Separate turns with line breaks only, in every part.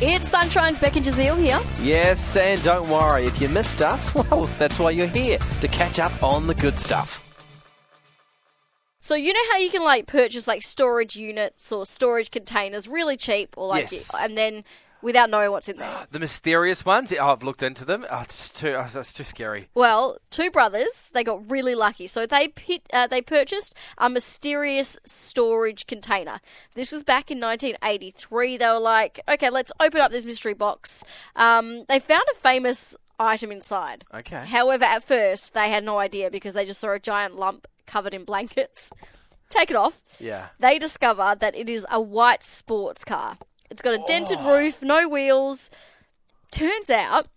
It's Sunshine's Becky Jazeel here.
Yes, and don't worry, if you missed us, well, that's why you're here, to catch up on the good stuff.
So you know how you can like purchase like storage units or storage containers really cheap or like
Yes.
and then without knowing what's in there.
The mysterious ones, oh, I've looked into them. Oh, it's too, oh, it's too scary.
Well, two brothers, they got really lucky. So they pit, uh, they purchased a mysterious storage container. This was back in 1983. They were like, okay, let's open up this mystery box. Um, they found a famous item inside.
Okay.
However, at first they had no idea because they just saw a giant lump covered in blankets. Take it off.
Yeah.
They discover that it is a white sports car. It's got a dented roof, no wheels. Turns out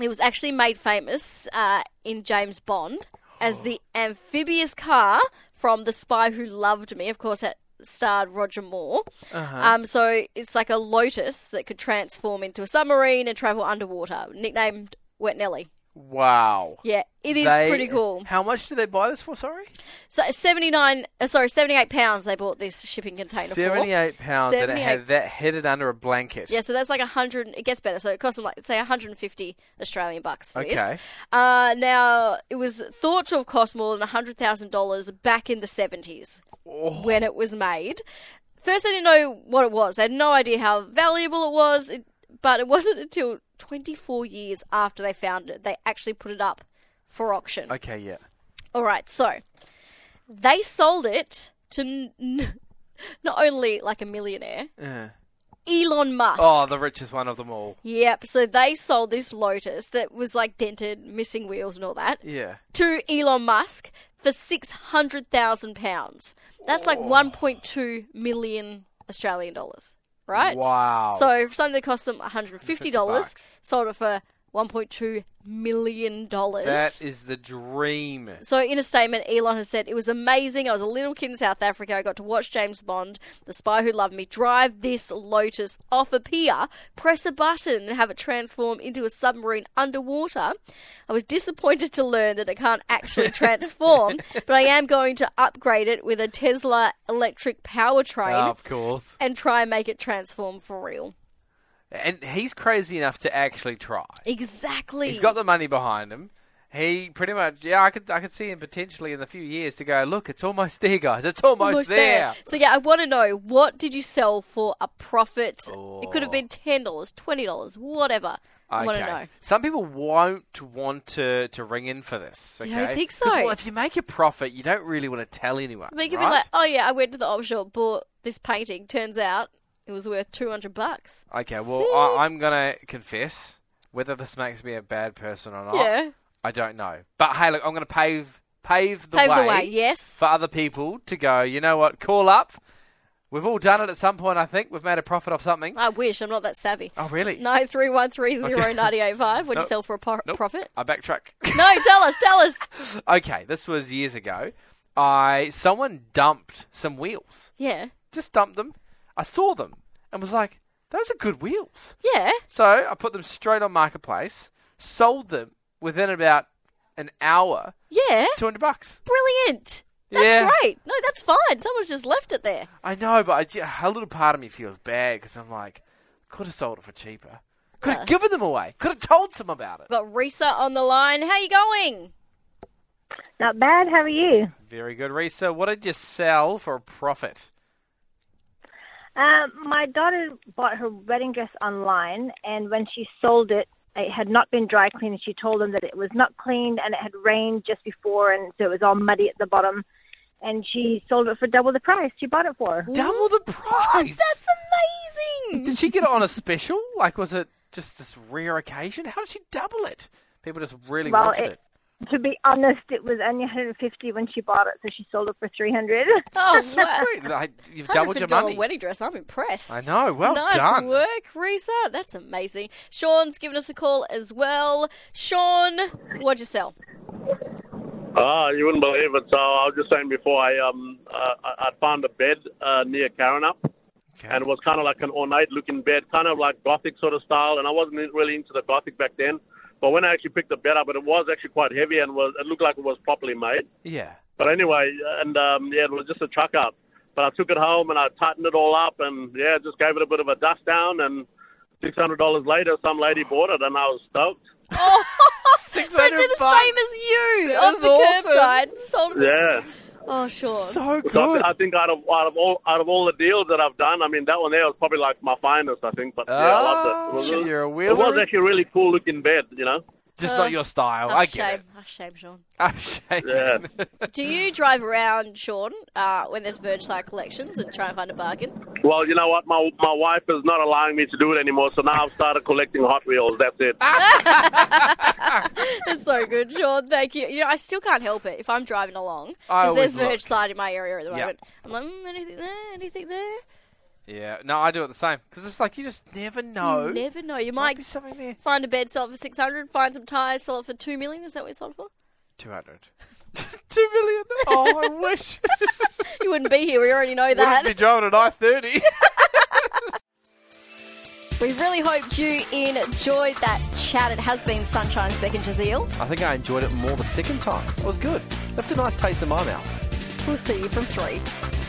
it was actually made famous uh, in James Bond as the amphibious car from The Spy Who Loved Me. Of course, that starred Roger Moore. Um, so it's like a lotus that could transform into a submarine and travel underwater, nicknamed Wet Nelly.
Wow.
Yeah, it is
They-
pretty cool.
How much did they buy this for, sorry?
So seventy nine, uh, sorry, seventy eight pounds. They bought this shipping container for.
78 pounds and it
78.
had that headed under a blanket.
Yeah, so that's like a hundred. It gets better. So it cost them like say one hundred and fifty Australian bucks for
Okay.
this. Uh, now it was thought to have cost more than hundred thousand dollars back in the seventies
Oh.
when it was made. First, they didn't know what it was. They had no idea how valuable it was. It, but it wasn't until twenty four years after they found it they actually put it up for auction.
Okay, yeah.
All right, so they sold it to n- n- not only like a millionaire,
Yeah.
Elon Musk.
Uh. Oh, the richest one of them all.
Yep, so they sold this Lotus that was like dented, missing wheels and all that
Yeah.
to Elon Musk for 600,000 pounds. That's like 1.2 million Australian dollars, right?
Wow.
So for something that cost them $150,
bucks.
sold it for 1.2 million dollars.
that is the dream.
So, in a statement, Elon has said, It was amazing. I was a little kid in South Africa. I got to watch James Bond, The Spy Who Loved Me, drive this Lotus off a pier, press a button, and have it transform into a submarine underwater. I was disappointed to learn that it can't actually transform, but I am going to upgrade it with a Tesla electric powertrain
of course.
and try and make it transform for real.
And he's crazy enough to actually try.
Exactly.
He's got the money behind him. He pretty much, yeah, I could, I could see him potentially in a few years to go. Look, it's almost there, guys. It's almost,
Almost
there.
So yeah, I want to know what did you sell for a profit? It
Oh.
could have been ten dollars, twenty dollars, whatever. I want to know.
Some people won't want to, to ring in for this. Okay?
don't think
'Cause,
so.
Well, if you make a profit, you don't really want to tell anyone.
But you could
right?
be like, oh yeah, I went to the op shop, bought this painting. Turns out it was worth two hundred bucks.
Okay, well, I, I'm going to confess whether this makes me a bad person or not.
Yeah.
I don't know. But hey, look, I'm going to pave pave the
Pave
way,
the way, yes.
for other people to go. You know what? Call up. We've all done it at some point. I think we've made a profit off something.
I wish I'm not that savvy.
oh, really?
Nine three one three zero ninety eight five. What'd you
Nope.
sell for a por-
Nope.
profit?
I backtrack.
No, tell us, tell us.
okay, this was years ago. I someone dumped some wheels.
Yeah,
Just dumped them. I saw them and was like, "Those are good wheels."
yeah.
So I put them straight on marketplace. Sold them within about an hour.
Yeah,
Two hundred bucks.
brilliant. That's
Yeah.
great. No, that's fine. Someone's just left it there.
I know, but I ju- a little part of me feels bad because I'm like, could have sold it for cheaper. Could have given them away. Could have told some about it.
We've got Risa on the line. How you going?
Not bad. How are you?
Very good, Risa. What did you sell for a profit?
Um, my daughter bought her wedding dress online, and when she sold it, it had not been dry cleaned. She told them that it was not cleaned and it had rained just before, and so it was all muddy at the bottom. And she sold it for double the price she bought it for.
Double the price.
Oh, That's amazing.
Did she get it on a special? Like, was it just this rare occasion? How did she double it? People just really
Well,
wanted it.
it- To be honest, it was only 150 when she bought it, so she sold it for 300.
Oh, wow.
Great. I, you've doubled your money.
wedding dress. I'm impressed.
I know. Well
nice
done.
work, Risa. That's amazing. Sean's given us a call as well. Sean, what'd you sell?
Ah, you wouldn't believe it. So I was just saying before, I um, uh, I I found a bed uh, near Karana,
Okay.
and it was kind of like an ornate-looking bed, kind of like Gothic sort of style. And I wasn't really into the Gothic back then, but when I actually picked the bed up, it was actually quite heavy and was it looked like it was properly made.
Yeah.
But anyway, and um, yeah, it was just a truck up. But I took it home and I tightened it all up, and yeah, just gave it a bit of a dust down, and Six hundred dollars later, some lady bought it, and I was stoked.
so did
600
the
bucks.
same as you
That
on
is
the
awesome.
curbside. Sold it.
Yeah.
Oh, sure.
So good.
So I, thi- I think out of out of all out of all the deals that I've done, I mean that one there was probably like my finest, I think. But yeah, I loved it. It was,
Oh, you're a
it was
wheeler.
actually a really cool looking bed, you know.
Just
Uh,
not your style.
Half
I get
shame.
it.
Half shame, Sean.
I'm ashamed.
Yeah.
Do you drive around, Sean, uh, when there's Vergecide collections and try and find a bargain?
Well, you know what, my my wife is not allowing me to do it anymore, so now I've started collecting Hot Wheels. That's it.
It's so good, Sean. Thank you. You know, I still can't help it if I'm driving along
I
because there's
always look.
Vergecide in my area at the
Yeah.
moment. I'm like, mm, anything there? Anything there?
yeah. No, I do it the same because it's like you just never know.
You never know. You
Might
might
be something there.
find a bed, sell it for six hundred. Find some tires, sell it for two million. Is that what you sold it for?
Two hundred. Two million. Oh, I wish.
You wouldn't be here. We already know
Wouldn't
that.
be driving an I thirty.
We really hoped you enjoyed that chat. It has been Sunshine's Beck and Jazeel.
I think I enjoyed it more the second time. It was good. Left a nice taste in my mouth.
We'll see you from three.